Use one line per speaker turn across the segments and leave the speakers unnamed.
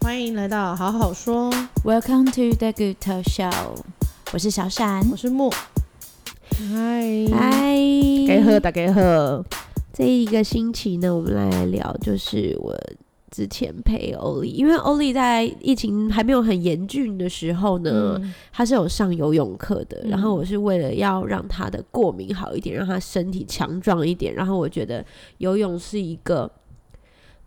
欢迎来到好好说，
Welcome to the Good Talk Show，我是小闪。
我是木。嗨，
嗨，
给喝打给喝，
这一个星期呢，我们来聊就是我之前陪欧丽，因为欧丽在疫情还没有很严峻的时候呢，
嗯
她是有上游泳课的。
嗯
然后我是为了要让她的过敏好一点，让她身体强壮一点。然后我觉得游泳是一个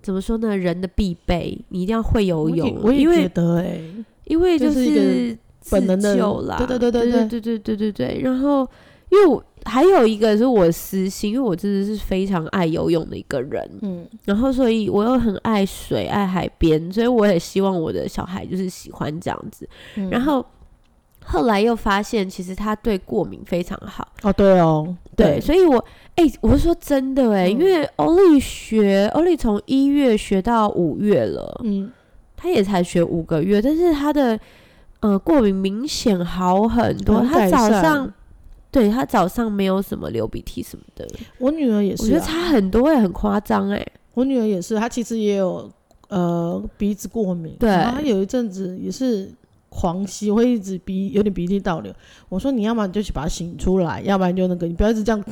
怎么说呢，人的必备，你一定要会游泳，
我也
因
我也觉
为
得哎、
因为
这
就是
一个
是
本能的
自救啦，
对对对
对
对
对对对对对对。然后，因为我还有一个是我私心，因为我真的是非常爱游泳的一个人，
嗯，
然后所以我又很爱水、爱海边，所以我也希望我的小孩就是喜欢这样子。
嗯
然后后来又发现，其实他对过敏非常好。
哦对哦，
对，所以我哎、我是说真的哎、
嗯
因为欧丽学欧丽从一月学到五月了，
嗯，
他也才学五个月，但是他的呃过敏明显好很多。
很
他
改
早
善
上，对他早上没有什么流鼻涕什么的，
我女儿也是、啊，
我觉得差很多哎、很夸张哎。
我女儿也是，她其实也有呃鼻子过敏，
对
然后她有一阵子也是狂吸，会一直鼻有点鼻涕倒流。我说你要么你就去把它醒出来，要不然就那个，你不要一直这样。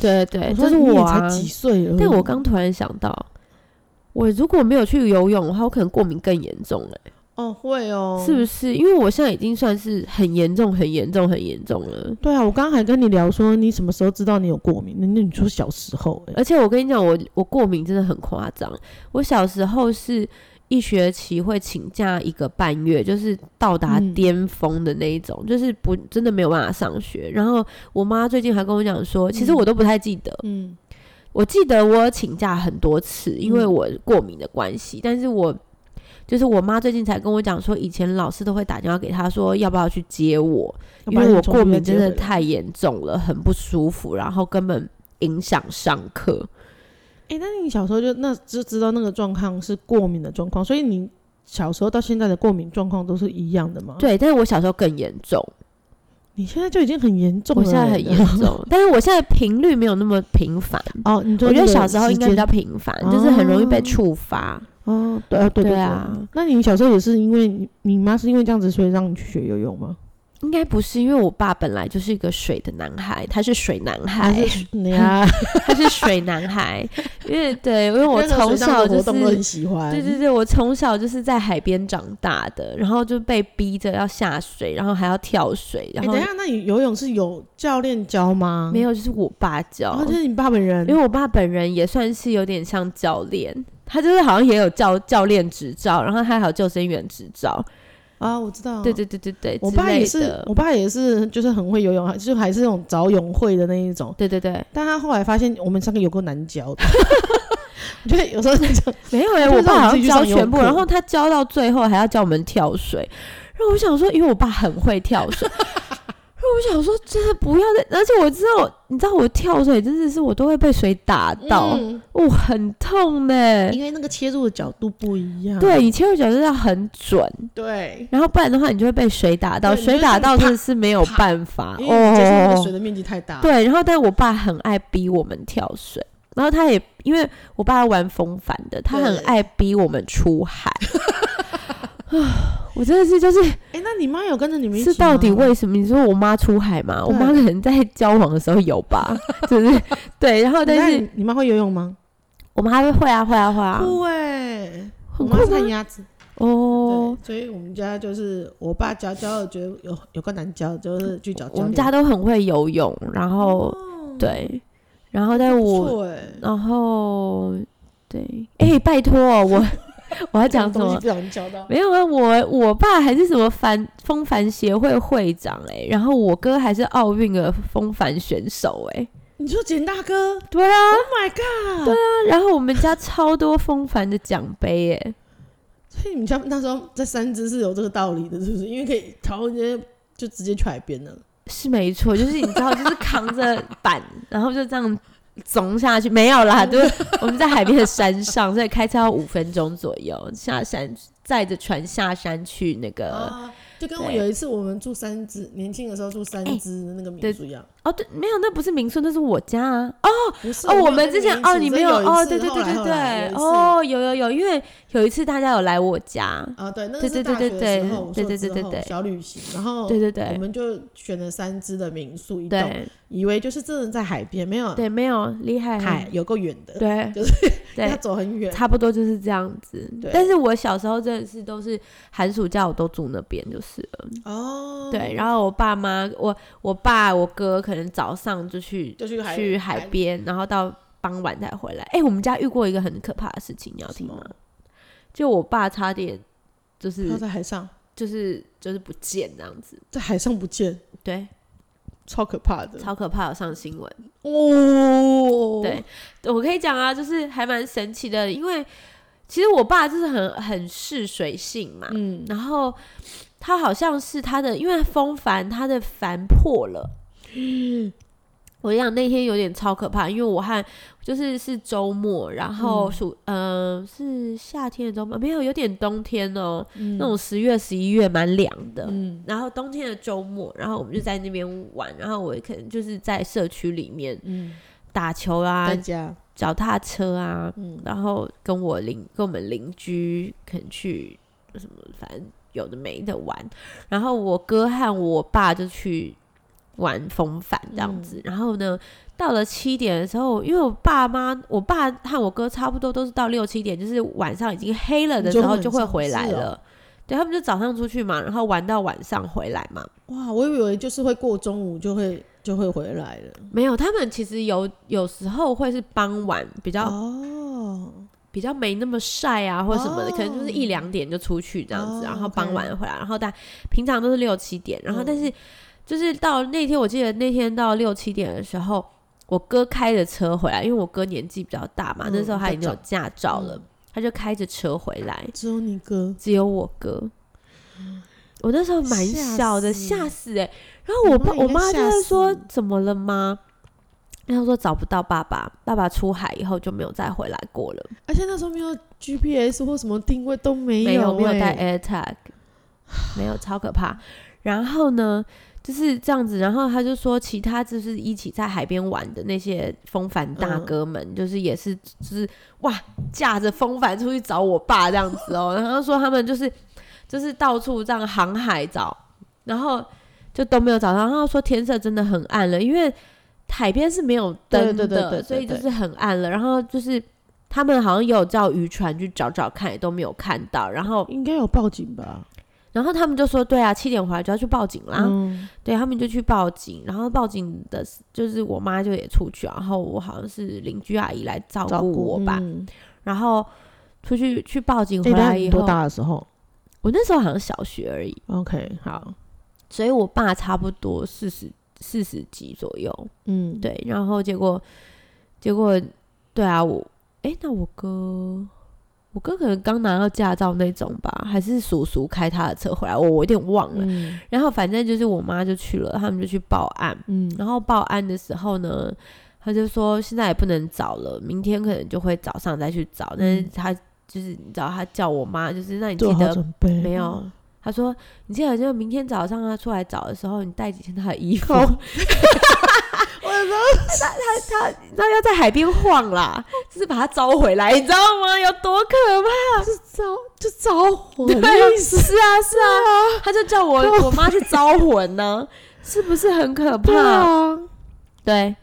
对对，
说
这是
你
我
也才。
啊
几岁而已，
但我刚突然想到，我如果没有去游泳的话，我可能过敏更严重哎、
哦会哦，
是不是？因为我现在已经算是很严重、很严重、很严重了。
对啊，我刚刚还跟你聊说你什么时候知道你有过敏，那那你说小时候、欸，
而且我跟你讲，我我过敏真的很夸张。我小时候是一学期会请假一个半月，就是到达
嗯
巅峰的那一种，就是不真的没有办法上学。然后我妈最近还跟我讲说，其实我都不太记得，
嗯
我记得我有请假很多次，因为
嗯
我过敏的关系，但是我。就是我妈最近才跟我讲说，以前老师都会打电话给她说要不要去接我，因为我过敏真的太严重了，很不舒服，然后根本影响上课。
哎、欸，那你小时候就那就知道那个状况是过敏的状况，所以你小时候到现在的过敏状况都是一样的吗？，
对，但是我小时候更严重，
你现在就已经很严重了
我
欸，
现在很严重，但是我现在频率没有那么频繁。
哦，你说
我觉
那个
得小时候应该
间
比较频繁，就是很容易被
哦
触发。
哦，对啊，对
对
对
啊
对那你小时候也是因为你你妈是因为这样子，所以让你去学游泳吗？
应该不是，因为我爸本来就是一个水的男孩，他是水男
还
孩，
是你啊？
他是水男 孩。因为对，因为 我
那个
从
水上
小
的
就
活动都很
是。
喜欢，
对对对，我从小就是在海边长大的，然后就被逼着要下水，然后还要跳水，
欸。
然后
等一下，那你游泳是有教练教吗？
没，有就是我爸教，
哦，就是你爸本人
因。为我爸本人也算是有点像教练，他就是好像也有教教练执照，然后他还有救生员执照。
啊，我知道。
对对对对对，
我
之
爸也
类
是
的，
我爸也是，就是很会游泳，就还是那种早泳会的那一种。
对对对，
但他后来发现我们三个有够难教 的，我觉得有时候就这样
没有哎、
就是
我爸
让
好
你自
像
己去上游
教全部，
泳课
然后他教到最后还要教我们跳水，然后我想说，因为我爸很会跳 水。然后我想说，真的不要再，而且我知道，你知道我跳水真的是我都会被水打到，
嗯
哦，很痛呢。
因为那个切入的角度不一样。
对，你切入角度要很准，
对，
然后不然的话，你就会被水打到，
对你
水
就
打
是
到
啪
真的是没有
啪
办法
因为你接触那个
哦
水。的面积太大。，
对，然后但我爸很爱逼我们跳水，然后他也因为我爸玩风帆的，他很
对
爱逼我们出海。啊，我真的是就是
哎，那你妈有跟着你们一起
是到底
吗
为什么？你说我妈出海吗？我
啊对
妈可能在交往的时候有吧， 就是对，然后但
那
是
你你妈会游泳吗？
我妈会会啊会啊会啊，
会，我
很
妈
酷
是看
吗？
鸭子。
哦
对，，所以我们家就是我爸教教的，觉得有有个难教，就是去找教
我们
练
家都很会游泳，然后对，然后但
哦不
我
错哎，
然后对，哎、拜托我我要 讲
这
什
种东
么
西？不小心教到。
没有啊，我我爸还是什么帆风帆协会会长哎、然后我哥还是奥运的风帆选手哎、
你说简大哥，Oh
对啊，
my god！
对啊，然后我们家超多风帆的奖杯哎、
所以你们家那时候在三只是有这个道理的，是不是？因为可以然后直接就直接去海边了。
是没错，就是你知道，就是扛着板， 然后就这样总下去，没有啦，就是我们在海边的山上，所以开车要五分钟左右下山，载着船下山去那个。
啊，就跟我
对
有一次我们住三只，年轻的时候住三只的那个民
对
宿一样，
哦，对，没有，那不是民宿，那是我家啊。
不是
哦，
没有
我们
跟
之前
民宿
哦，你
只
没
是
有
有一
哦，
次
对对
后
对
来
对
后来
对，
有一次
哦，有有有，因为有一次大家有来我家，
啊，对，那个
对对
是
对
大学
对
的时
对
候，我
对
硕
对
之
对对
后
对
小旅行，然后
对对
哦我
对
们就选了三只的民宿一栋，
对
以为就是真的在海边，没有
对，没有厉害，
海有够远的，
对，
就是要
对，
走很远，
差不多就是这样子
对。
但是我小时候真的是都是寒暑假我都住那边就是了。
哦，
对，然后我爸妈，我我爸我哥可能早上就去
就去海
去海边，然后到傍晚才回来。哎、我们家遇过一个很可怕的事情，你要
什
听吗
么？？
就我爸差点就是
他在海上，
就是就是不见这样子，
在海上不见，
对，
超可怕的
超可怕，有上新闻。
哦，
对，我可以讲啊，就是还蛮神奇的，因为其实我爸就是很很嗜水性嘛，
嗯，
然后他好像是他的，因为风帆他的帆破 了。我跟你讲那天有点超可怕，因为我和就是是周末，然后暑嗯、是夏天的周末，没有有点冬天哦，那种十月十一月蛮凉的，
嗯
然后冬天的周末，然后我们就在那边玩，然后我可能就是在社区里面
嗯，
打球啊
在、家，
脚踏车啊，
嗯
然后跟我邻跟我们邻居可能去什么，反正有的没的玩。然后我哥和我爸就去玩风帆这样
嗯
子。然后呢，到了七点的时候，因为我爸妈、我爸和我哥差不多都是到六七点，就是晚上已经黑了的时候
你
就
就
会
晚上
回来
是哦
了。对他们就早上出去嘛，然后玩到晚上回来嘛。
哇，我以为就是会过中午就会就会回来了，
没有，他们其实有有时候会是傍晚比较
哦，
比较没那么晒啊，或者什么的，
哦
可能就是一两点就出去这样子，
哦
然后
OK
傍晚回来，然后但平常都是六七点，然后
嗯
但是就是到那天，我记得那天到六七点的时候，我哥开着车回来，因为我哥年纪比较大
嗯
嘛，那时候他已经有
驾
驾照了，他就开着车回来，
只有你哥，
只有我哥。我那时候蛮小的，
吓死
吓死哎、然后我爸
你妈
我
应该
妈就会
吓
说
死
怎么了吗？然后说找不到爸爸，爸爸出海以后就没有再回来过了。
而且那时候没有 GPS 或什么定位都没
没有
有
没有
欸
带 AirTag，没有超可怕。然后呢，就是这样子。然后他就说，其他就是一起在海边玩的那些风帆
嗯
大哥们，就是也是就是哇，驾着风帆出去找我爸这样子哦。然后说他们就是就是到处这样航海找，然后就都没有找到。然后说天色真的很暗了，因为海边是没有灯
对对
的，
对对对
所以就
对
是很暗了。然后就是。他们好像也有叫渔船去找找看，也都没有看到。然后，
应该有报警吧？
然后他们就说：“对啊，七点回来就要去报警啦。
嗯，
对他们就去报警，然后报警的就是我妈就也出去，然后我好像是邻居阿姨来照
照
顾
顾
我吧。
嗯
然后出去去报警
哎
回
等一下
来以
你
后，
多大的时候
我那时候好像小学而已，
？OK，好，
所以我爸差不多四十四十几左右。
嗯，
对，然后结果结果对啊，我诶，那我哥我哥可能刚拿到驾照那种吧，还是叔叔开他的车回来，我我有点忘了。
嗯
然后反正就是我妈就去了，他们就去报案。
嗯
然后报案的时候呢，他就说现在也不能找了，明天可能就会早上再去找。但是
嗯
他就是你知道，他叫我妈就是那你记
做好
得
准备
没有？他说你记得就明天早上他啊出来找的时候，你带几件他的衣服。
靠
你知道要在海边 晃啦，就是把它招回来，你知道吗？有多可怕？
招就招火 的
对
意思，
是啊，是啊，他就 叫我我妈去招魂呢、是不是很可
对
怕？
啊，
对。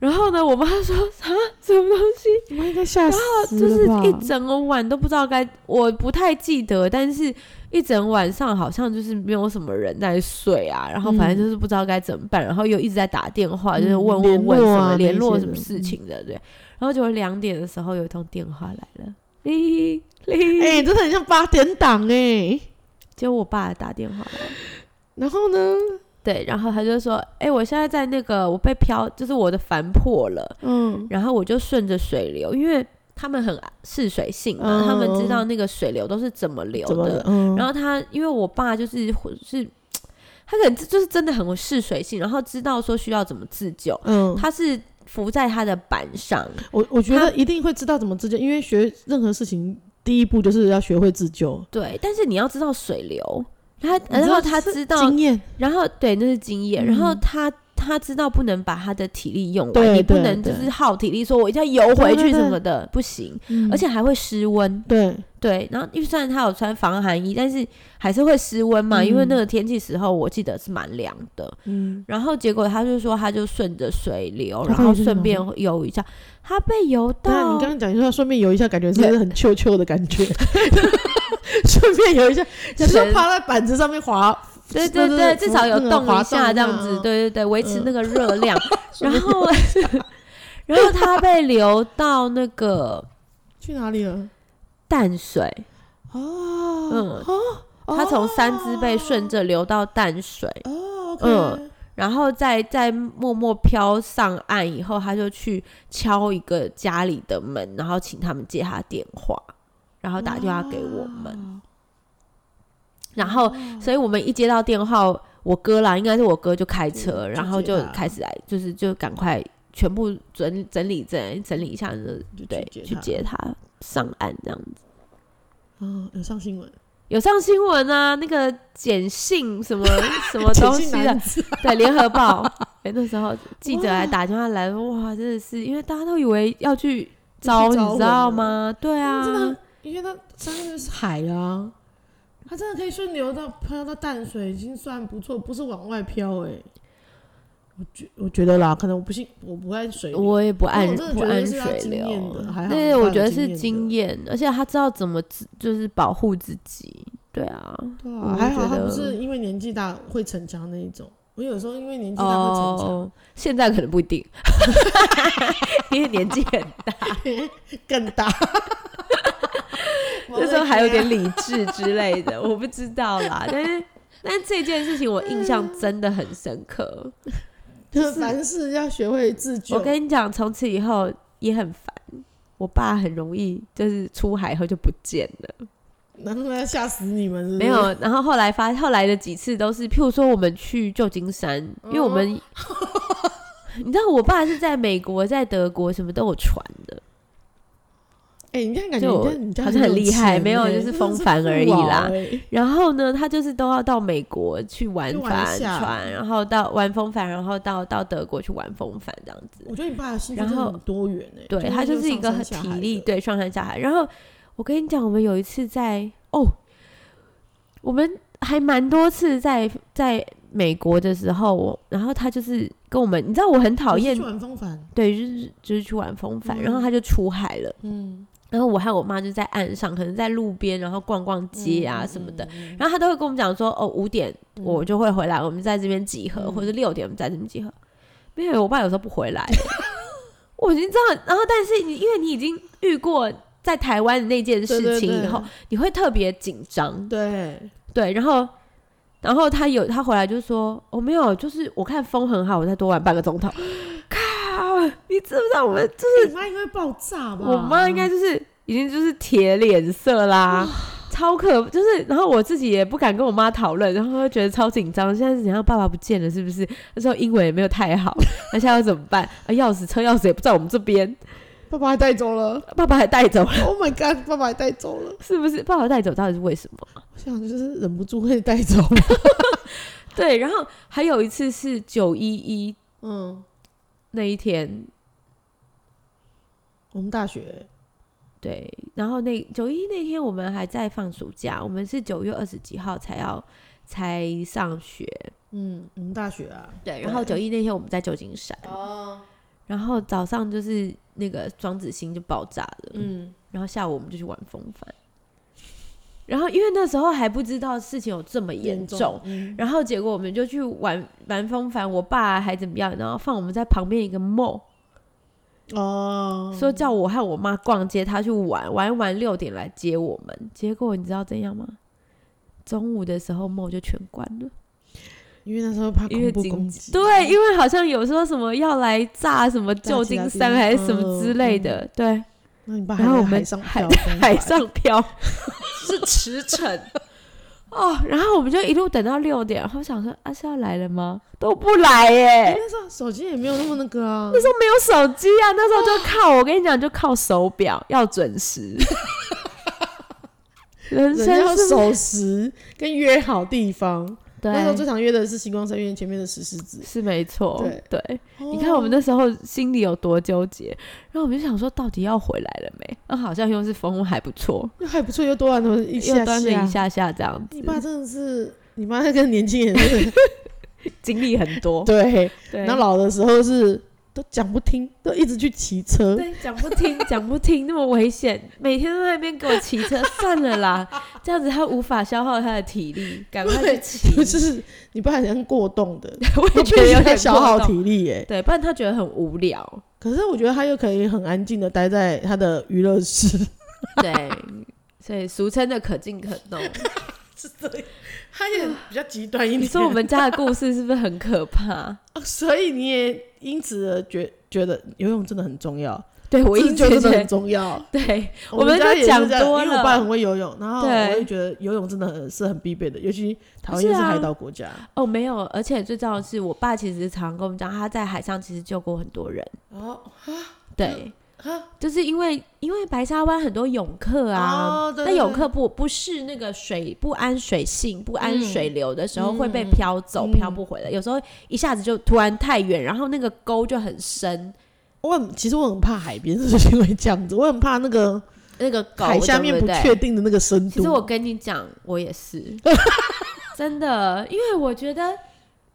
然后呢，我妈说啊，什么东西？
你们应该吓死
就是
了吧？
一整个晚都不知道该，我不太记得，但是一整晚上好像就是没有什么人在睡啊，然后反正就是不知道该怎么办，然后又一直在打电话，就是
嗯
问问问
联络
什
啊
么联络
那些
什么
的
事情的，对。然后结果两点的时候有一通电话来了，铃铃，
哎，真的很像八点档哎。
结果我爸打电话来了，
然后呢？
对，然后他就说，哎、我现在在那个我被飘，就是我的帆破了，
嗯，
然后我就顺着水流，因为他们很嗜水性嘛，
嗯
他们知道那个水流都是怎么流
怎么
的
了？。嗯，
然后他，因为我爸就是是，他可能就是真的很嗜水性，然后知道说需要怎么自救，
嗯，
他是浮在他的板上，
我我觉
他
得一定会知道怎么自救，因为学任何事情第一步就是要学会自救。
对，但是你要知道水流。他然后他知道，
经验，
然后对，那是经验，然后
嗯
他他知道不能把他的体力用
对
完，你不
对
能就
对
是耗体力，说我一定要游
对
回
对
去什
对
么的，不行，
嗯
而且还会失温。
对，
对，然后因为虽然他有穿防寒衣，但是还是会失温嘛，因为那个天气时候我记得是蛮凉的。
嗯，
然后结果他就说，他就顺着水流，
哦他
然
到底
后
是
顺
怎
便
么
游一下，他被游
当然
到
你刚刚讲说顺便游一下，感觉是不是很秋秋的感觉？ 顺便游一下，就是
人
趴在板子上面滑，
对对
那
对，
个
至少有
那个
动
滑
一下这样
啊
子，对对对，维持
嗯
那个热 量。
顺便
然后， 然后他被流到那个
去哪里了？
淡水，嗯
哦，哦，
他从三只被顺着流到淡水，
哦，
嗯
嗯，
然后再再默默飘上岸以后，他就去敲一个家里的门，然后请他们接他电话，然后打电话给我们，然后
哦
所以我们一接到电话，我哥啦，应该是我哥就开车，
嗯
然后
就
就
接他
开始来，就是就赶快全部整整理整整理一下，就对，
去接
去
他
接他上岸这样子。
嗯，有上新闻，
有上新闻啊，那个简讯 什么什么东西
前
啊
进
的
男，子
对，联 合报。哎、那时候记者还打电话来，哇，真的是，因为大家都以为要去招，
就是招
你知道
文
吗？对啊，
嗯真的很， 因为它上面是海啊，它真的可以顺流到漂到淡水，已经算不错，不是往外飘哎、我觉我觉得啦，可能我不信，我不爱水里，
我也不按
我真的
不
觉得
按
是他
水
经
流
验的还，好
对，
他
我
有
觉得
经
是
验的
经验，而且他知道怎么自就是保护自己，对啊，
对
我
啊，还好
觉
他不
得
是因为年纪大会逞强那一种。我有时候因为年纪大会逞强
哦，现在可能不一定，因为年纪很 大，
更大，
那时候 还有点理智之类的，我不知道啦，但是。但是这件事情我印象真的很深刻。
就是凡事要学会自救。
我跟你讲，从此以后也很烦。我爸很容易就是出海后就不见了。
嗯然后要吓死你们是不是
没，有，然后后来发后来的几次都是，譬如说我们去旧金山，
哦
因为 我们、你知道我爸是在美国、在德国什么都有船的，
哎、你这样感觉你这
就
样你这样
好像很
有
厉害
钱
没有
欸
就
真
是
的
风帆而已
富豪
啦
欸
然后呢，他就是都要到美国去玩
去玩一
帆
下
船，然后到玩风帆，然后到到德国去玩风帆这样子。
我觉得你爸的兴趣
然
真的
后
很多元哎诶、
对，他就是一个
上
很
山
体
下海
力，
的，
对，上山下海。然后我跟你讲，我们有一次在哦，我们还蛮多次在在美国的时候，我然后他就是跟我们，你知道我很讨
你是
厌
去，玩风帆，
对，就是就是去玩风帆，然
嗯
后他就出海了，
嗯，
然后我和我妈就在岸上，可能在路边，然后逛逛街啊什么的。
嗯，
然后他都会跟我们讲说，哦，五点
嗯
我就会回来，我们在这边集合，
嗯
或者六点我们在这边集合。没有，我爸有时候不回来， 我已经知道。然后，但是你因为你已经遇过在台湾的那件事情以后，你会特别紧张，
对，
对。然后，然后他有他回来就说，我、没有，就是我看风很好，我再多玩半个钟头。 靠，你知不知道我们这
你妈应该爆炸吧？
我妈应该就是已经就是铁脸色啦，超可就是，然后我自己也不敢跟我妈讨论，然后会觉得超紧张。现在是怎样？爸爸不见了是不是？那时候英文也没有太 好，那现在要怎么办？啊，钥匙车钥匙也不在我们这边，
爸爸还带走了
爸爸还带走了，
，Oh my god，爸爸还带走了，
是不是？爸爸带走到底是为什么？
我想就是忍不住会带走，
对，然后还有一次是九一一
嗯，
那一天，
我们大学，
对，然后那九一那天我们还在放暑假，我们是九月二十几号才要才上学，
嗯，我们大学啊，
对，然后九
对
一那天我们在旧金山，
哦，
然后早上就是那个双子星就爆炸了，
嗯，
然后下午我们就去玩风帆，然后因为那时候还不知道事情有这么严重，
嗯
然后结果我们就去玩玩风帆，我爸还怎么样，然后放我们在旁边一个梦，
哦，
说叫我和我妈逛街，他去玩玩一玩六点来接我们，结果你知道怎样吗？中午的时候梦就全关了。
因为那时候怕
因为
恐怖
紧
攻
急
击，
对，因为好像有说什么要来炸什么旧金山还是什么之类
嗯
的，对，
那你爸还
然后我
在海
们
上
海
漂风
海
帆
上 漂是驰骋。 哦，然后我们就一路等到六点，然后想说啊是要来了吗？都不来耶，
那时候手机也没有那么那个啊，
那时候没有手机啊，那 时候就靠我跟你讲就靠手表要准时，人
人
生
要
是
守时跟约好地方。
对，
那时候最常约的是星光三院前面的石狮子。哦
是没错，
对
对。你看我们
的
那时候心里有多纠结，然后我们就想说，到底要回来了没？那、好像又是风还不错，
还不错，又多玩了一下
又端了一
下。
下下这样
你爸
子，
真的是，你妈那个年轻人真 的
经历很多。
对，
对，
然后老的时候是都讲不听，都一直去骑车。
对讲不听，讲不听，那么危险，每天都在那边给我骑车，算了啦，这样子他无法消耗他的体力，赶快去
不
骑。
是你爸好像过动 的，
我
我
也觉得有点
消
过
耗
动
体力耶。
对，不然他觉得很无聊。
可是我觉得他又可以很安静的待在他的娱乐室，
对，所以俗称的可进可动。
是这样。他也比较极端一点。
你说我们家的故事是不是很可怕？
哦，所以你也因此而觉觉得游泳真的很重要，
对我一
自
直
救
觉
真的很
得，
重要。
对
我
我们
家
都
也是
讲
这样
多
因为我爸
了
很会游泳，然后
对
我就觉得游泳真的很是很必备的，尤其台湾
是
又是
啊
海岛国家，
哦，没有，而且最重要的是，我爸其实常跟我们讲，他在海上其实救过很多人。
哦
对，
啊
就是因为因为白沙湾很多泳客啊，
哦对
那
对
泳
对
客不不是那个水不安水性、不安
嗯
水流的时候会被
嗯
飘走、
嗯
飘不回来，有时候一下子就突然太远，然后那个沟就很深，
我很其实我很怕海边，就是因为这样子，我很怕那个
那个沟
海下面
对
不
不对
确定的那个深
其实我
度。
跟你讲，我也 是，真的，因为我觉得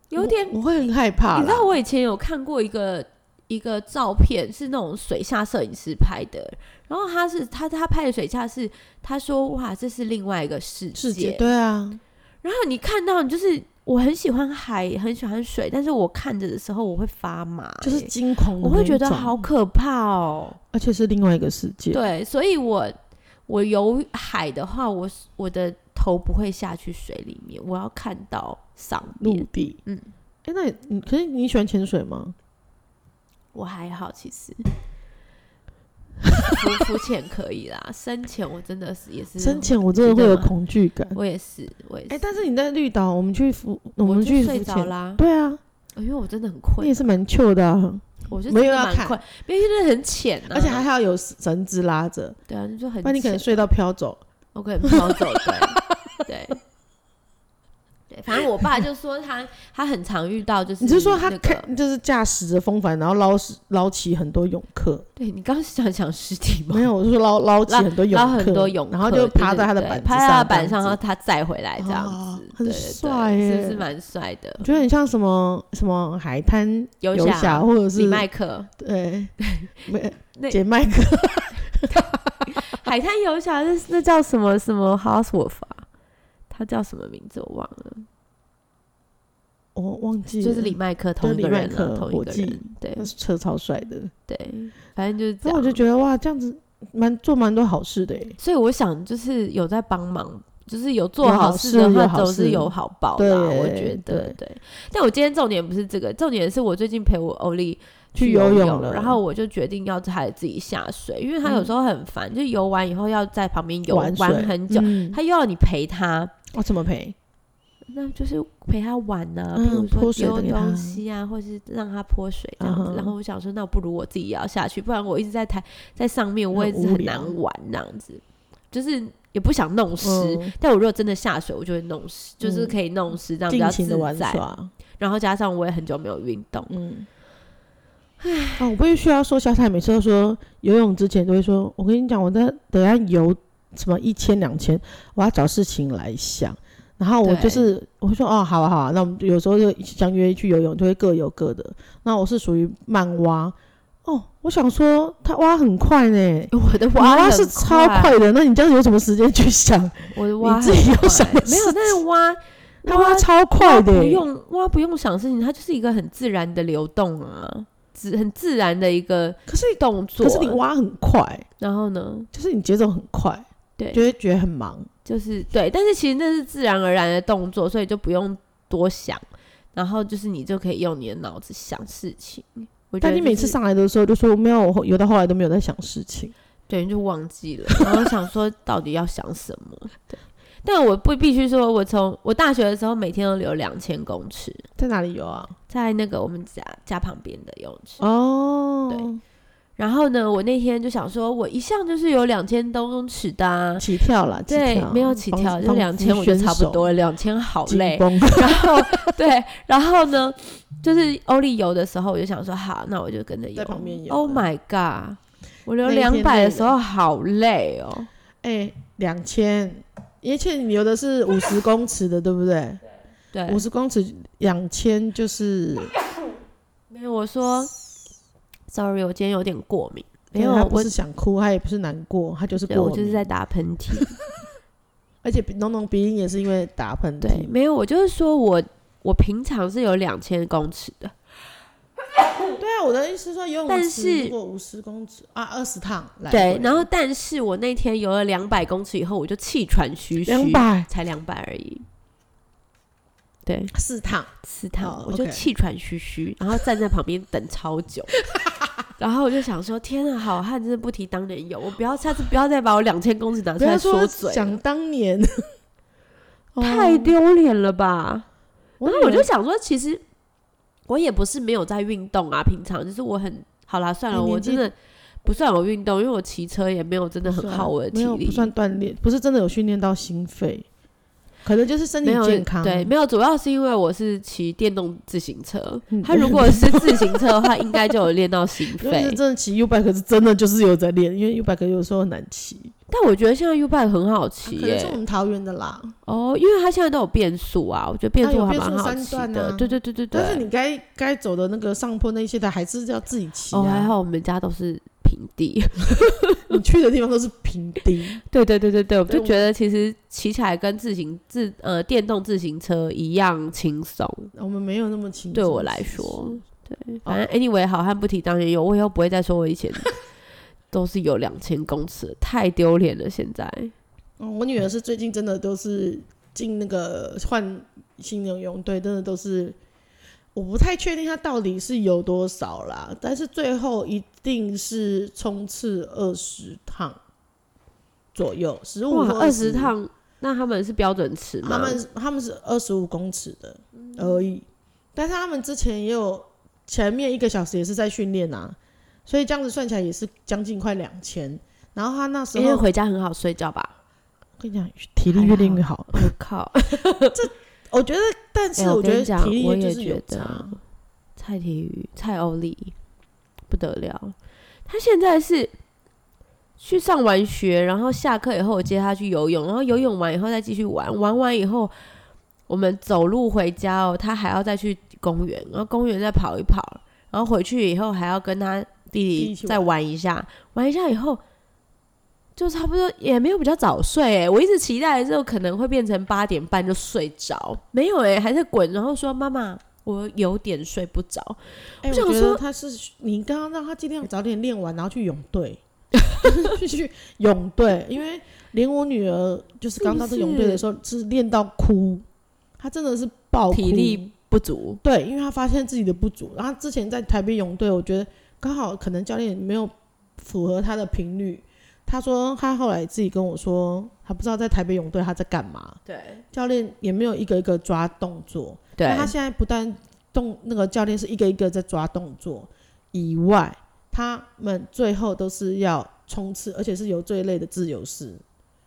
有点
我，我会很害怕
你知道
啊啦。
我以前有看过一个一个照片，是那种水下摄影师拍的，然后他是他他拍的水下是他说哇，这是另外一个世界。
世界对啊，
然后你看到你就是我很喜欢海，很喜欢水，但是我看着的时候我会发麻、
就是
欸
惊恐的
我
那一种，
会觉得好可怕哦、
而且是另外一个世界。
对，所以我我游海的话，我是我的头不会下去水里面，我要看到上
陆
面。
地。嗯
嗯，
哎、那你可是你喜欢潜水吗？
我还好，其实浮浮潜可以啦， 深潜我真的是也是
深，潜我真的会有恐惧感。
我也是，我也
哎、
是。
但是你在绿岛，我们去浮，我
我
们
就
去
睡
浮
着
潜，
啦，
对啊，
因为我真的很
你
困
也，是蛮 chill 的、啊，
我就
没有
真的
要
蛮
看
困，因为真的很浅啊，
而且还好有绳子拉着，
对啊，就很
不然你可能
浅，
睡到飘走。
我可能飘走，对 对对，反正我爸就说他他很常遇到，就是
你是说他
嗯那
开、
个
就是驾驶着风帆，然后捞起捞起很多泳客？
对你刚刚是想讲尸体吗
没？有，我是说捞捞起
捞
很多泳
嗯捞
客，
很多泳客，
然后就爬在他的
对对
板
对
子
爬在他的板
这
上，
样
然后
子
他载回来这样
哦
子，
很
对对对
帅耶
是不是蛮帅的
我？觉得很像什么什么海滩
游
游
侠
侠，或者是
李麦克，
对，没
那
姐麦克。
海滩游侠那那叫什么什么 Housewife 啊？他叫什么名字我忘了，
我忘记了，
就是李麦克同一个人
对李麦
了，
克
同一个
伙计
人，对
那车超帅的，
对，反正就是这
然后
样。
我就觉得哇，这样子蛮做蛮多好事的耶，
所以我想就是有在帮忙，就是有做
有好
事的
事有
话，
好
总是
事
有好报
对
啦。我觉得
对
对。但我今天重点不是这个，重点是我最近陪我欧丽
去游
游
泳了
然后我就决定要他自己下水，因为他有时候很烦，就游完以后要在旁边游
嗯玩水
很久，
嗯
他又要你陪他，
我怎么赔？
那就是陪他玩呐、
嗯
比如说
泼水
丢
的给他
东西啊，或是让他泼水这
嗯
样子。
哼
然后我想说，那不如我自己也要下去，不然我一直在台在上面，我也是
很无
很
聊
难玩那样子，就是也不想弄湿。
嗯
但我如果真的下水，我就会弄湿，就是
嗯
可以弄湿，这样比
尽
较
情的玩
自在。
耍，
然后加上我也很久没有运动，
嗯。啊，我必须要说，小彩每次都说游泳之前都会说，我跟你讲，我在等一下游什么一千两千，我要找事情来想。然后我
对
就是我会说哦，好啊好啊，那我们就有时候就相约去游泳，就会各游各的。那我是属于慢蛙，哦，我想说他蛙很快呢，
我的
娃
蛙
嗯娃是
很
超快的，那你这样有什么时间去想？
我的蛙
你自己
很
要
快
想的
没有
事，
但是蛙
他挖超快
蛙
的
不
耶，
用蛙不用想事情，它就是一个很自然的流动啊，自很自然的一个
可是
动作。啊
可是你啊挖很快，
然后呢？
就是你节奏很快，
对
就会觉得很忙。
就是对，但是其实那是自然而然的动作，所以就不用多想。然后就是你就可以用你的脑子想事情。我觉
但
得、
你每次，上来的时候就说没有，我游到后来都没有在想事情。
对，你就忘记了，然后想说到底要想什么。对，但我不必须说，我从我大学的时候每天都流两千公尺，
在哪里游啊？
在那个我们家家旁边的游泳池。
哦，
对然后呢，我那天就想说，我一向就是有两千多公尺的、啊，
起跳了，起
对
跳，
没有起
防
跳，就
防
两
止
千我就
选
差不
手
多了，两千好
紧
累。
绷
然后对，然后呢，就是欧丽游的时候，我就想说，好，那我就跟着游。
在旁边游
Oh
的
my god！我游
那一天
两百
累
的
了
时候好累哦。
哎，两千，而且你游的是五十公尺的，对不对？
对，
五十公尺两千就是
没有我说，sorry，我今天有点过敏。没
对
有，
他不
我
是想哭，他也不是难过，他就是
对
过
我
敏，
就是在打喷嚏。
而且浓浓鼻音也是因为打喷
对，
嚏。
没有，我就是说我我平常是有两千公尺的，
对啊，我的意思是说游泳
但
池
是
如果五十公尺啊，二十趟来
对
回，
然后但是我那天游了两百公尺以后，我就气喘吁吁，
两百
才两百而已。对，
四趟，
四趟
哦
我就
OK
气喘吁吁，然后站在旁边等 超久，然后我就想说，天啊，好汉真的不提当年勇，我不要下次不要再把我两千公尺拿
不
出来
要说
说嘴了，
想当年，哦 嗯
太丢脸了吧？
我
然后我
以
就
为
想说，其实我也不是没有在运动啊，平常就是我很好啦，算了，
你
我
年纪
真的不算有运动，因为我骑车也没有真的很
算
耗我的
没
体
有
力，
不算锻炼，不是真的有训练到心肺，可能就是身体
没有
健康。
对，没有，主要是因为我是骑电动自行车
嗯，
他如果是自行车的话，应该就有练 到心
因为是
肺。
真的骑 U bike 是真的就是有在练，因为 U bike 有时候很难骑，
但我觉得现在 U bike 很好骑
啊可能
耶
是我，们桃园的啦。
哦，因为它现在都有变速啊，我觉得变
它有
速还
变
蛮
速
好
三
骑
段
的
啊。
对对对对哦对。
但是你该该走的那个上坡那些的还是要自己骑
哦，还
啊。
好我们家都是平地。
你去的地方都是平地，
对对对对对，我
对
就觉得其实骑起来跟自行自呃电动自行车一样轻松。
我们没有那么轻松。哦
对我来
其实
说，对，反正 anyway，好汉不提当年勇，我以后不会再说我 以前都是有两千公尺，太丢脸了。现在
嗯，我女儿是最近真的都是进那个换新游泳队，真的都是，我不太确定她到底是游多少啦，但是最后一定是冲刺二十趟左右，十五
哇，二十，趟，那他们是标准尺
他
吗？
们他们是二十五公尺的而已，但是他们之前也有前面一个小时也是在训练啊，所以这样子算起来也是将近快两千。然后他那时
因为
候，我
回家很好睡觉吧？
跟你讲，体力越练越好。
我靠，
我觉得，但
哎
是
我
我
跟
觉
你
得
讲
体力
我
就
也
是有
觉得
差
蔡体育、蔡欧丽不得了，他现在是去上完学，然后下课以后我接他去游泳，然后游泳完以后再继续玩，玩完以后我们走路回家哦，他还要再去公园，然后公园再跑一跑，然后回去以后还要跟他弟
弟一
弟
起
再
玩
玩一下，玩一下以后。就差不多也没有比较早睡哎，我一直期待之后可能会变成八点半就睡着，没有哎，还在滚，然后说妈妈我有点睡不着，
哎、
我
我
想
觉得
说
他是你刚刚让他尽量早点练完，然后去泳 队，去泳队，因为连我女儿就是刚到这泳队的时候是练到哭，她真的是爆哭
体力不足，
对，因为她发现自己的不足。然后之前在台北泳队，我觉得刚好可能教练没有符合她的频率。她说她后来自己跟我说，她不知道在台北泳队她在干嘛，
对
教练也没有一个一个抓动作。
对
那他现在不但动那个教练是一个一个在抓动作以外，他们最后都是要冲刺，而且是有最累的自由式，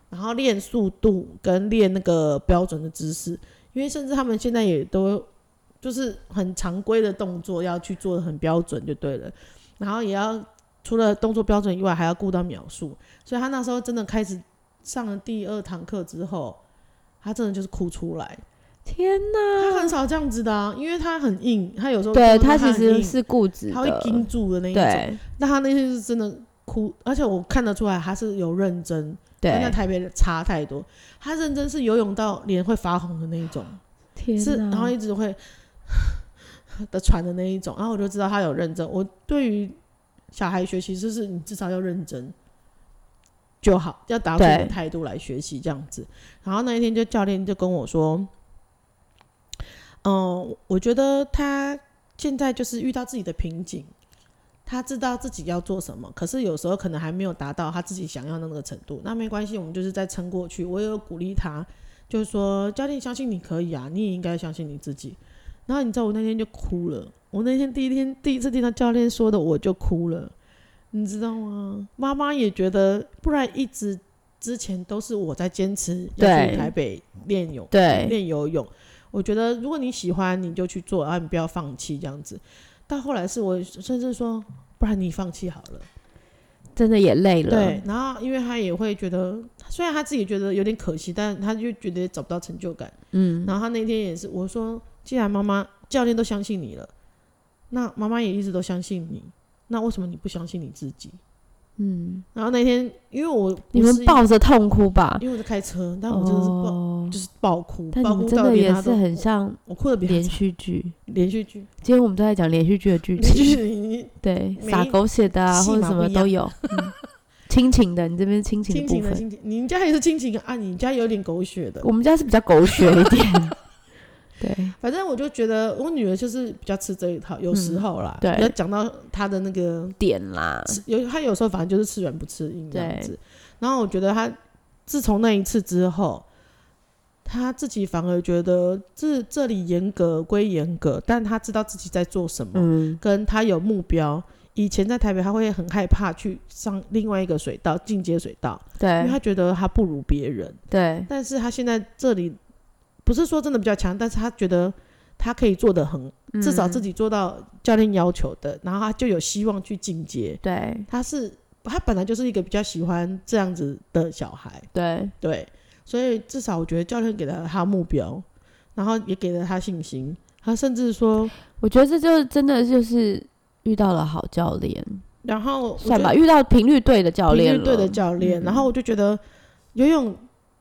然后练速度跟练那个标准的姿势，因为甚至他们现在也都就是很常规的动作要去做的很标准就对了，然后也要除了动作标准以外，还要顾到秒数，所以他那时候真的开始上了第二堂课之后，他真的就是哭出来。
天
他
哪，
很少这样子的、啊，因为他很硬，他有时候
对
真的
他
很
其实
硬
是固执
他会
的，
盯住的那一种。
对
那他那些是真的哭，而且我看得出来他是有认真，跟在
对，
台北的差太多。他认真是游泳到脸会发红的那一种，
天
是然
哪
后一直会 的喘的那一种，然后我就知道他有认真。我对于小孩学习，就是你至少要认真就好，要打出
对
你的态度来学习这样子。然后那一天就教练就跟我说，嗯，我觉得他现在就是遇到自己的瓶颈。他知道自己要做什么，可是有时候可能还没有达到他自己想要的那个程度，那没关系，我们就是再撑过去。我也有鼓励他，就是说教练相信你可以啊，你也应该相信你自己。然后你知道我那天就哭了，我那天第一天第一次听到教练说的我就哭了，你知道吗？妈妈也觉得，不然一直之前都是我在坚持要去
对
台北练泳，
对
练游泳。我觉得如果你喜欢，你就去做，啊然后你不要放弃这样子。但后来是我甚至说，不然你放弃好了。
真的也累了。
对，然后因为他也会觉得，虽然他自己觉得有点可惜，但他就觉得找不到成就感。嗯，然后他那天也是，我说，既然妈妈教练都相信你了，那妈妈也一直都相信你，那为什么你不相信你自己？嗯，然后那天因为我不
你
是
们
一，
抱着痛哭吧。
因为我在开车，但我真的是爆，
哦
就是爆哭，
但
爆
你们
哭
真
到
的
连
也
他
是
都，
很像
我哭的比他
连
惨
续剧。
连续剧，
今天我们都在讲连续剧的剧
连续
情，
剧你
对，
每
撒
一
狗血的啊，
戏
或者
码
什
不
么
一
都
样
有。 嗯亲情的，你这边 亲
亲
情的部
情的
分，
亲情，你们家也是亲情啊？你家有点狗血的，
我们家是比较狗血一 点。对，
反正我就觉得我女儿就是比较吃这一套，有时候啦，
嗯对
要讲到她的那个
点啦，
吃有她有时候反正就是吃软不吃硬这样
对
子。然后我觉得她自从那一次之后，她自己反而觉得这这里严格归严格，但她知道自己在做什么，
嗯，
跟她有目标。以前在台北，她会很害怕去上另外一个水道进阶水道，因为
对
她觉得她不如别人。
对，
但是他现在这里不是说真的比较强，但是他觉得他可以做得很，至少自己做到教练要求的，然后他就有希望去进阶。
对
他是他本来就是一个比较喜欢这样子的小孩，
对，
对，所以至少我觉得教练给了他目标，然后也给了他信心。他甚至说，
我觉得这就是真的就是遇到了好教练，
然后我觉
算
得
吧，遇到频率对的教练
频率队的
了
教练，
嗯
然后我就觉得游泳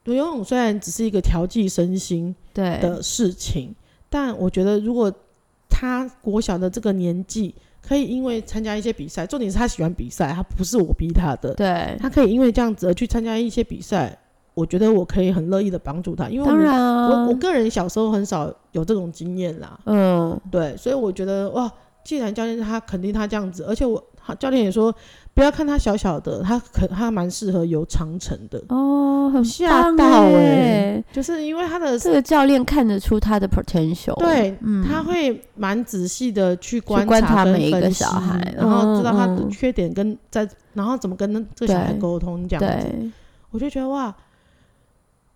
游泳虽然只是一个调剂身心，
对
的事情。但我觉得，如果他国小的这个年纪，可以因为参加一些比赛，重点是他喜欢比赛，他不是我逼他的，
对，
他可以因为这样子而去参加一些比赛。我觉得我可以很乐意的帮助他，因为我
当
们、
然啊
我我，个人小时候很少有这种经验啦，
嗯，
对，所以我觉得哇，既然教练他肯定他这样子，而且我他教练也说，不要看他小小的，他可他蛮适合游长城的，
哦，很
吓
棒
到
欸
就是因为他的
这个教练看得出他的 potential，
对，
嗯
他会蛮仔细的去观
观察
跟
每一个
分析
小孩
然后知道他
嗯
的
嗯
缺点跟在，然后怎么跟这个小孩
对
沟通这样子。
对，
我就觉得哇，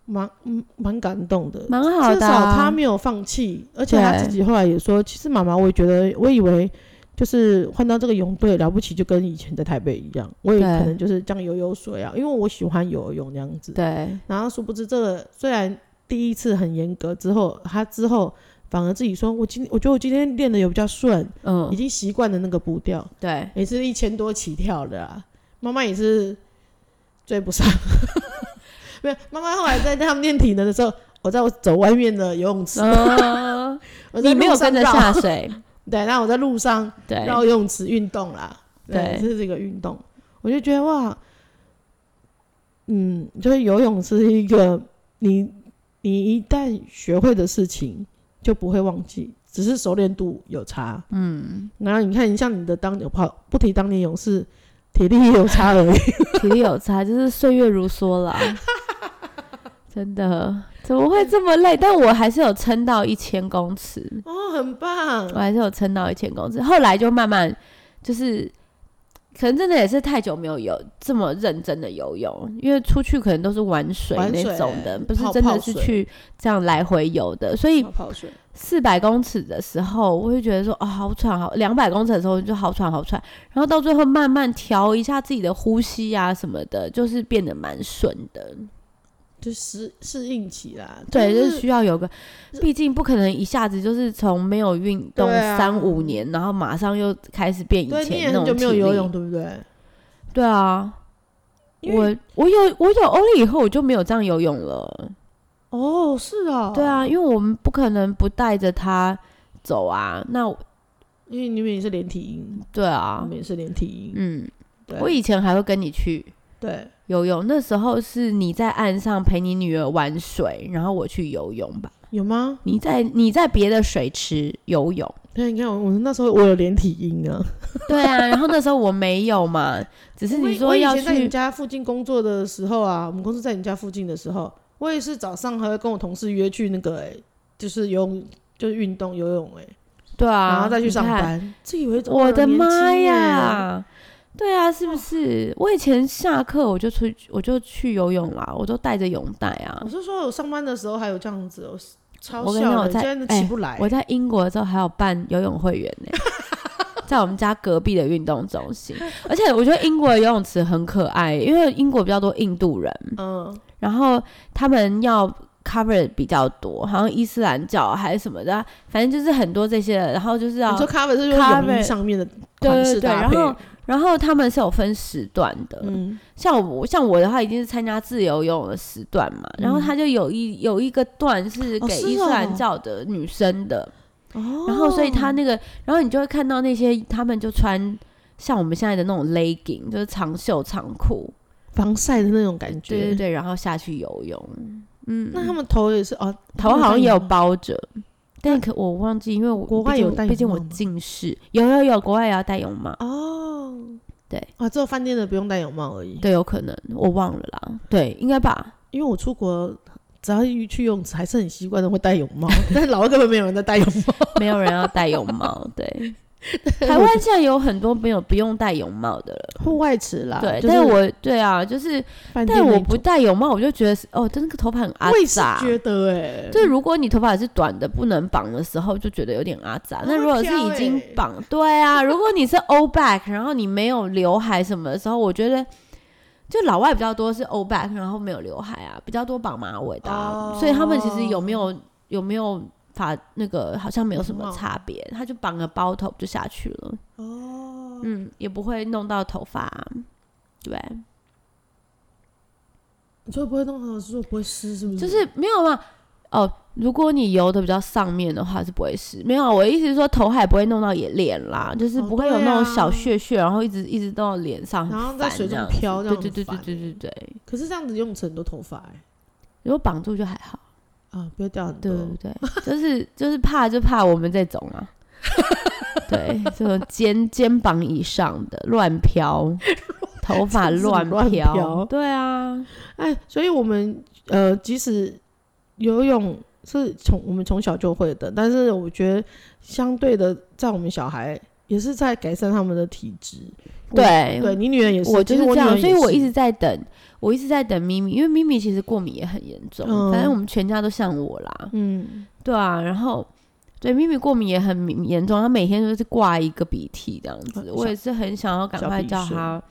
蛮嗯蛮感动的，
蛮好
至
的
少
啊，
他没有放弃，而且他
对
自己后来也说，其实妈妈，我也觉得，我以为。就是换到这个泳队了不起，就跟以前在台北一样，我也
对
可能就是这样游游水啊，因为我喜欢游泳这样子。
对
然后殊不知，这个虽然第一次很严格，之后他之后反而自己说，我今我觉得我今天练的有比较顺，已
嗯
经习惯了那个步调，
对，
也是一千多起跳的啦。妈妈也是追不上， 没有。妈妈后来在他们练体能的时候，我在我走外面的游泳池，
嗯，
我在
你没有
路上
跟着
绕
下，水，
对，然后我在路上
对
绕游泳池运动啦，对，
对
这是一个运动，我就觉得哇，嗯，就是游泳是一个你你一旦学会的事情就不会忘记，只是熟练度有差，嗯，然后你看，你像你的当泳跑不提当年勇士，体力也有差而 已，
体力有差，就是岁月如梭 啦。真的，怎么会这么累？但我还是有撑到一千公尺，
哦，很棒
我，还是有撑到一千公尺。后来就慢慢就是，可能真的也是太久没有游这么认真的游泳，因为出去可能都是玩水
玩
那
水
种的，不是
泡
真
泡
的是
水哦
去这样来回游的。所以
泡水，
四百公尺的时候，我会觉得说哦好喘好，两百公尺的时候就好喘好喘，然后到最后慢慢调一下自己的呼吸啊什么的，就是变得蛮顺的。
就适适应期啦，
对，就是是需要有个，毕竟不可能一下子就是从没有运动
对啊
三五年，然后马上又开始变以
对，你也
前那
很久
种
没有
体
游
力
泳，。对不对？
对啊，
因为
我我有我有 only 以后我就没有这样游泳了。
哦，是啊，
对，啊，因为我们不可能不带着它走啊。那我
因为你们也是连体婴，
对
我
啊，
们也是连体婴，
嗯，
对
我以前还会跟你去
对
游泳，那时候是你在岸上陪你女儿玩水，然后我去游泳吧。
有吗？
你在你在别的水池游泳。
对，你看我我那时候我有连体婴啊。
对啊，然后那时候我没有嘛，只是
我
你
以
说
我以
要
前在你
去，
家附近工作的时候啊，我们公司在你家附近的时候，我也是早上还会跟我同事约去那个、欸，就是游泳，就是运动游泳、欸，
对啊，
然后再去上
你看。
班。自以为
我的妈呀！对啊，是不是？我以前下课我就出去，我就去游泳啦，我都带着泳袋 啊
我。是说我上班的时候还有这样子，我超
我跟你
笑
讲我
的，
在
现在都
哎
起不来。
我在英国的时候还有办游泳会员呢、 在我们家隔壁的运动中心。而且我觉得英国的游泳池很可爱，因为英国比较多印度人，
嗯，
然后他们要 cover 比较多，好像伊斯兰教啊还是什么的，反正就是很多这些的。然后就是要
你说 cover 是用泳
cover
衣上面的
啊对
款
对
式
对，
搭
然
配，
后然后他们是有分时段的，
嗯，
像我像我的话，一定是参加自由游泳的时段嘛，然后他就有一有一个段是
嗯哦
给
是
伊斯兰
哦
教的女生的，
哦
然后所以他那个，然后你就会看到那些他们就穿像我们现在的那种 legging，就是长袖长裤，
防晒的那种感觉，
对对对，然后下去游泳，嗯，
那他们头也是哦，
头好像也有
戴
包着。但可我忘记，因为我
国外
毕竟
有戴
毕竟
泳
我
帽吗
近视，有有有，国外也要戴泳帽，
哦，
对
啊，只有饭店的不用戴泳帽而已。
对，有可能我忘了啦，对，应该吧，
因为我出国只要一去游泳池，还是很习惯的会戴泳帽， 但老外根本没有人在戴泳帽。
没有人要戴泳帽， 对。台湾现在有很多没有不用戴泳帽的了，
户外池啦，
对，
就是
但我对啊，就是
饭店
但我
那
不
种，
戴泳帽，我就觉得是哦，真的个头发很阿
我也是
杂。
觉得哎，
就如果你头发是短的不能绑的时候，就觉得有点阿杂。
它会
那如果是
飘
已经
欸
绑，对啊，如果你是 O back，然后你没有刘海什么的时候，我觉得就老外比较多是 O back，然后没有刘海啊，比较多绑马尾的啊、所以他们其实有没有有没有发那个好像没有什么
嗯
差别，他就绑个包头就下去了，
哦，
嗯，也不会弄到头发、啊对，
你说不会弄好，是说不会湿，是不是？
就是没有嘛。哦，如果你游的比较上面的话是不会湿，没有啊。我的意思是说头海不会弄到也脸啦，就是
哦
不会有
对
那种
啊
小屑屑，然后一直一直弄到脸上，
然后
很
在
烦
水
这
中
样子
飘，这
对
样
对对对
很烦
对
欸
对对，
可是这样子游泳池很多头发哎，
如果绑住就还好，
啊，不要掉很
对
多。
对对，就是就是怕就怕我们这种 啊。对，这种肩肩膀以上的乱 飘，头发
真是
乱
乱
飘
飘，
对啊，
哎，所以我们呃，即使游泳是从我们从小就会的，但是我觉得相对的，在我们小孩也是在改善他们的体质。我
对
对你女儿也是，
我
其
就
实
是
我
这
女儿
样，
也
所以我
是
一直在等，我一直在等咪咪，因为咪咪其实过敏也很严重，
嗯
反正我们全家都像我啦，
嗯，
对啊，然后对咪咪过敏也很明严重，她每天都是挂一个鼻涕这样子，
嗯小
我也是很想要赶
小
快
鼻
叫
水
她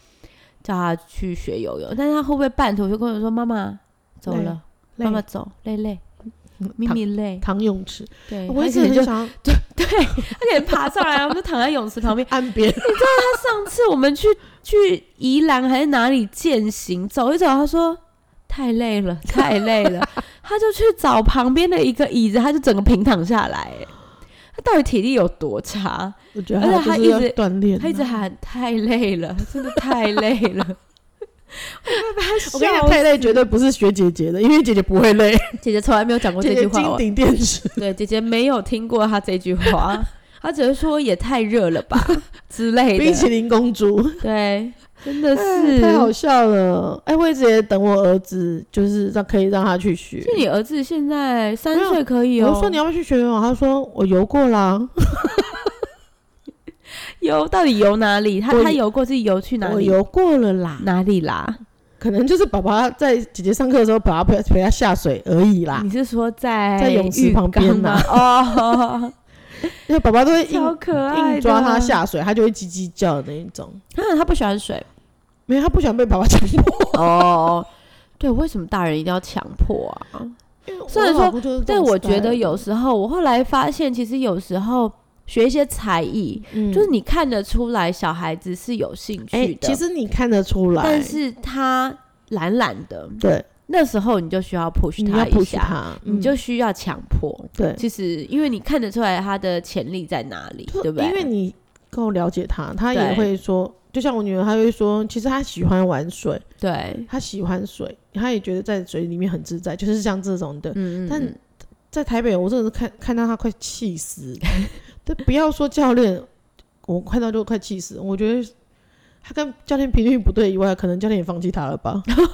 叫她去学游泳，但是她会不会半途就跟我说妈妈走
累
了，
累
妈妈走累累，咪咪累，
躺泳池，
对，
我
她
一直
可
很
能就
想要
她可能爬上来，然后就躺在泳池 旁边，
岸 边，
上次我们去去宜兰还是哪里践行，走一走，他说太累 了，太累了，他就去找旁边的一个椅子，他就整个平躺下来。哎他到底体力有多差？
我觉得
而且
她
她
就
一
是要
直
锻炼啊。
他一直喊太累了，真的太累 了。我快把他笑
我跟你讲，太累绝对不是学姐姐的，因为姐姐不会累，
姐姐从来没有讲过这
姐
句
姐
话，
金
我
顶电池。
对姐姐没有听过他这句 话，她只会说也太热了吧之类
冰淇
的。
淋公主，
对，真的是、
哎太好笑了！哎、我一直也等我儿子，就是让可以让他去学。
就你儿子现在三
没有
岁可以
我
哦、
就说你要不要去学游泳？他说我游过啦，
游到底游哪里？他
我
他游过是游去哪
我
里？
游过了啦。
哪里啦？
可能就是爸爸在姐姐上课的时候，把他陪陪他下水而已啦
你。是说在
在泳池
浴缸
旁边
吗
呐？
哦，
因为爸爸都会硬
超可爱，
硬抓他。下水，他就会叽叽叫的那一种。
啊，他不喜欢 水
没有，他不想被爸爸强迫。
哦。对，为什么大人一定要强迫啊？虽然说
我老公就是这
但
种
我觉得
style
有，时候，我后来发现，其实有时候学一些才艺，
嗯
就是你看得出来小孩子是有兴
哎、
趣的，
其实你看得出来，
但是他懒懒的，
对，
那时候你就需要 push
你要
他一
push
下，
他，
你就
嗯
需要强迫。
对，
其实，因为你看得出来他的潜力在哪里，对不对？
因为你够了解他，他也
对
会说，就像我女儿，她会说，其实她喜欢玩水，
对，
她喜欢水，她也觉得在水里面很自在，就是像这种的。
嗯，
但
嗯
在台北，我真的是看看到她快气死， 但不要说教练，我看到就快气死。我觉得她跟教练频率不对以外，可能教练也放弃她了 吧？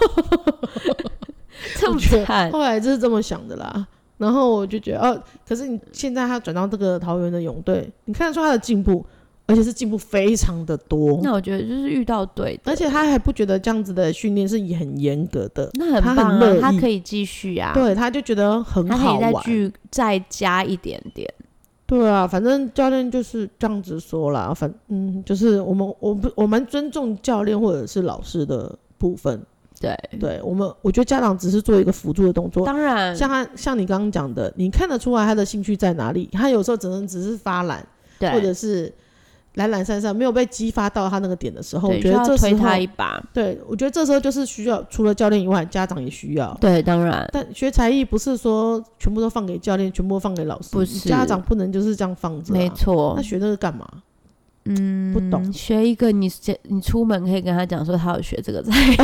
这么
我觉得
惨，
后来就是这么想的啦。然后我就觉得，哦，可是你现在他转到这个桃园的泳队，你看得出他的进步。而且是进步非常的多。
那我觉得就是遇到对的，
而且他还不觉得这样子的训练是很严格的，
那很
他很
棒
乐
啊
意，
他可以继续啊，，
对，他就觉得很
他可
好
以再
玩。
去再加一点点。
对啊，反正教练就是这样子说啦，反嗯，就是我们我不我蛮尊重教练或者是老师的部分，
对，
对我们我觉得家长只是做一个辅助的动作。
当然，
像他像你刚刚讲的，你看得出来他的兴趣在哪里，他有时候只能只是发懒，
对，
或者是懒懒散散，没有被激发到他那个点的时候，我
对，
觉
就
得
要
这
推
时候
他一把。
对我觉得这时候就是需要除了教练以外，家长也需要。
对，当然，
但学才艺不是说全部都放给教练，全部都放给老师，
不是
家长不能就是这样放着、啊。
没错
那。学那个干嘛？
嗯，
不懂
学一个你你出门可以跟他讲说他有学这个才 艺，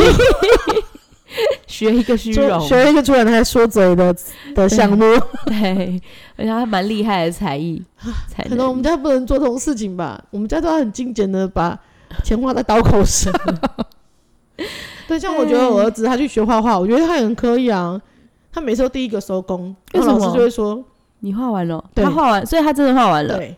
学一个虚
就
荣，
学一个突然还说嘴 的的项目，
对，而且他蛮厉害的才艺，才
可能我们家不能做这种事情吧？我们家都要很精简的把钱花在刀口 上。对，像我觉得我儿子他去学画画，我觉得他也很可以啊。他每次都第一个收工，
为
然
什
后
么
老师就会说，
你画完了，
对
他画完，所以他真的画完了，
对，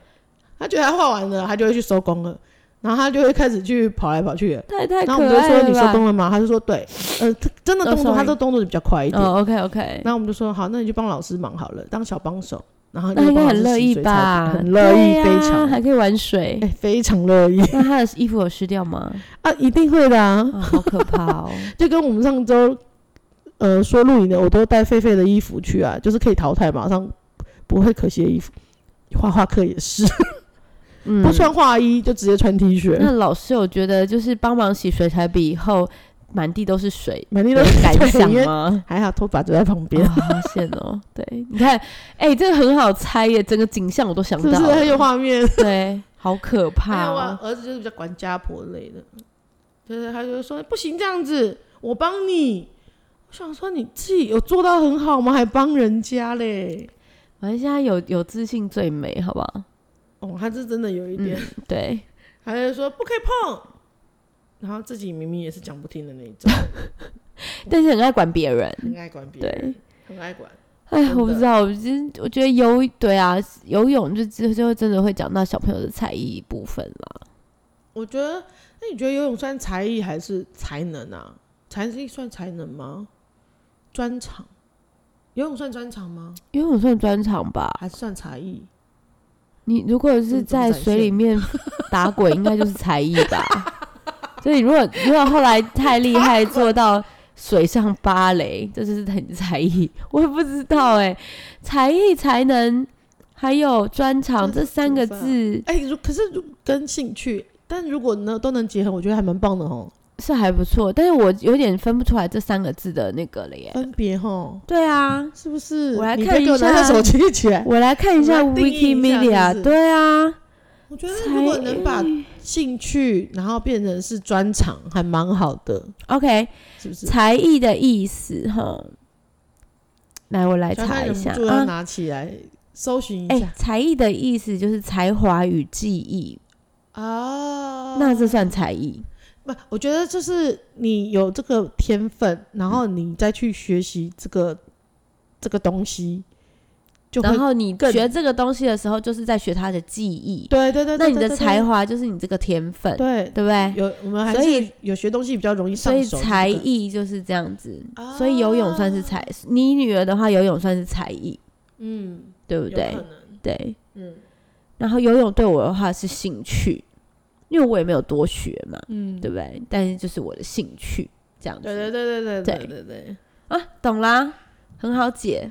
他觉得他画完了，他就会去收工了，然后他就会开始去跑来跑去。
太太可
然后我们就
爱
说
了
你收
吧。
工了吗？他就说对，呃，他真的
哦
动作，
sorry
他的动作比较快一点。
哦，OK OK，
然后我们就说好，那你就帮老师忙好了，当小帮手。然后
那
就
应该
帮老
很
师
乐
洗
意
水
吧？
草坪很乐意，
对啊
非常，
还可以 玩水
哎、。非常乐意
那他的衣服有湿 掉吗？
啊，一定会的啊。
啊，好可怕哦！
就跟我们上周呃说露营的，我都带狒狒的衣服去啊，就是可以淘汰，马上不会可惜的衣服。画画课也是，
嗯
不穿画衣就直接穿 T 恤，
那老师，我觉得就是帮忙洗水彩笔以后，满地都是水，
满地
有
都是
感
对
想
因为
吗？
还好头发就在旁边，
啊，好险哦！对，你看，哎、这个很好猜耶，整个景象我都想
是
到
不
了，
是很有画面？
对，好可
还
怕、
有哎我
哦。
儿子就是比较管家婆类的，就是他就会说哎不行这样子，我帮你。我想说你自己有做到很好吗？还帮人家嘞？
反正现在有有自信最美，好不好？
哦，他是真的有一点，
嗯对，
还是说不可以碰，然后自己明明也是讲不听的那一种，
但是很爱管别人。
很爱管别人，
对，
很爱管。
哎，
真的
我不知道，我真我觉得游对啊，游泳就就就会真的会讲到小朋友的才艺部分啦。
我觉得，那你觉得游泳算才艺还是才能啊？才艺算才能吗？专长，游泳算专长吗？
游泳算专长吧？
还是算才艺？
你如果是在水里面打滚，应该就是才艺 吧？所以如果如果后来太厉害，做到水上芭蕾，这就是很才艺。我也不知道哎、才艺才能还有专长
这
这三个
怎么办
字
哎、如可是如跟兴趣，但如果呢都能结合，我觉得还蛮棒的哦。
是还不错，但是我有点分不出来这三个字的那个了耶。
分别哦，
对啊，
是不是？
我来
你
看
别给我
一下
拿下手机起来。
我来看一下
我们来定义一下是
Wikimedia，
不是
对啊，
我觉得如果能把兴趣，然后变成是专长，还蛮好的，
OK，
是不是？
才艺的意思哈。来，我来
小
查
看
一
忍不
下
住要
啊。
拿起来搜寻一
哎、
下
才艺的意思就是才华与技艺，
啊。
那这算才艺？
不，我觉得就是你有这个天分，然后你再去学习这个这个东西，就会
然后你
更
学这个东西的时候，就是在学他的技艺。
对对对。
那
对
你的
对对
才华就是你这个天分，
对
对不对？
有我们还
哎所以
是有学东西比较容易上
所以
手，
才
对不对
艺就是这样子，
啊
所以游泳算是才。你女儿的话，游泳算是才艺，
嗯，
对不
有
对
可？能
对，
嗯
然后游泳对我的话是兴趣，因为我也没有多学嘛，
嗯，
对不对？但是就是我的兴趣这样子。
对对对对对对
对
对对
啊，懂啦，很好解。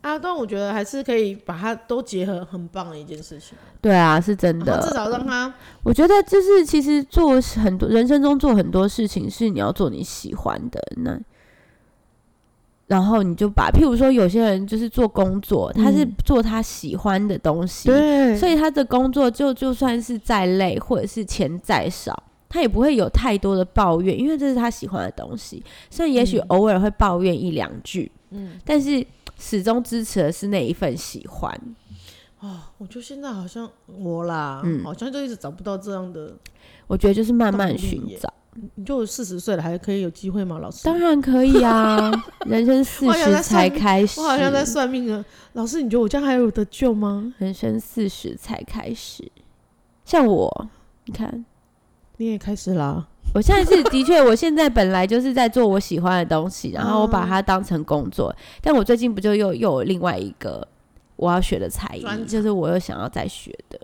啊！但我觉得还是可以把它都结合，很棒的一件事情。
对啊，是真
然
的。
后至少让他
我觉得就是其实做很多人生中做很多事情是你要做你喜欢的那。然后你就把，譬如说，有些人就是做工作，他是
嗯
做他喜欢的东西，
对
所以他的工作就就算是再累，或者是钱再少，他也不会有太多的抱怨，因为这是他喜欢的东西。虽然也许
嗯
偶尔会抱怨一两句，
嗯
但是始终支持的是那一份喜欢。
哦，我觉得现在好像我啦，
嗯
好像就一直找不到这样的。
我觉得就是慢慢
动力
寻
耶
找，
你就四十岁了，还可以有机会吗？老师，
当然可 以啊，人生四
我好像在
十
算
才
命
开始，
我好像在算命啊。老师，你觉得我这样还有得救吗？
人生四十才开始，像我，你看，
你也开始啦。
我现在是的确，我现在本来就是在做我喜欢的东西，然后我
嗯
把它当成工作。但我最近不就又又有另外一个我要学的才
专
艺，
长
就是我又想要再学的。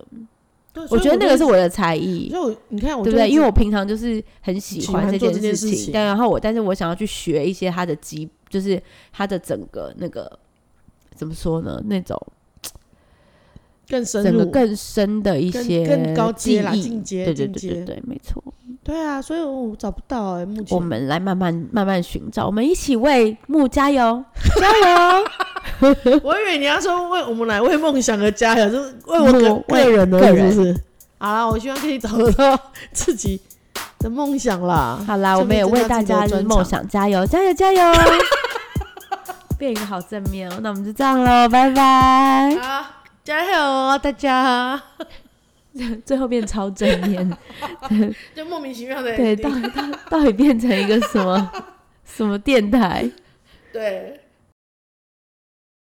对所
我
以
觉得那个是
就
我的才艺，
所以我你看我就
对不对？
一直
因为我平常就是很喜欢
喜欢
这
做
件
这件
事
事
情，
情
但然后我，但是我想要去学一些它的基，就是它的整个那个怎么说呢？那种
更深
整个
入
更深的一
更
些
更高阶啦
技艺
进阶
对对
进
对对
阶
对，没错。
对啊，所以我找不到哎、目前
我们来慢慢慢慢寻找，我们一起为木加油！
我以为你要说为我们来为梦想而加油，就是为我个
哎我为
个人的，
个
是
人
不是？好啦，我希望可以找得到自己的梦想啦。
好啦，
顺
我们也
便
为
增加
大
自己的
家
专
梦
长
想加油，加油加 油！变一个好正面哦，那我们就这样喽，拜拜。
好，加油哦，大家！
最后变超正面，
就莫名其妙的
对，到底到到底变成一个什么什么电台？
对。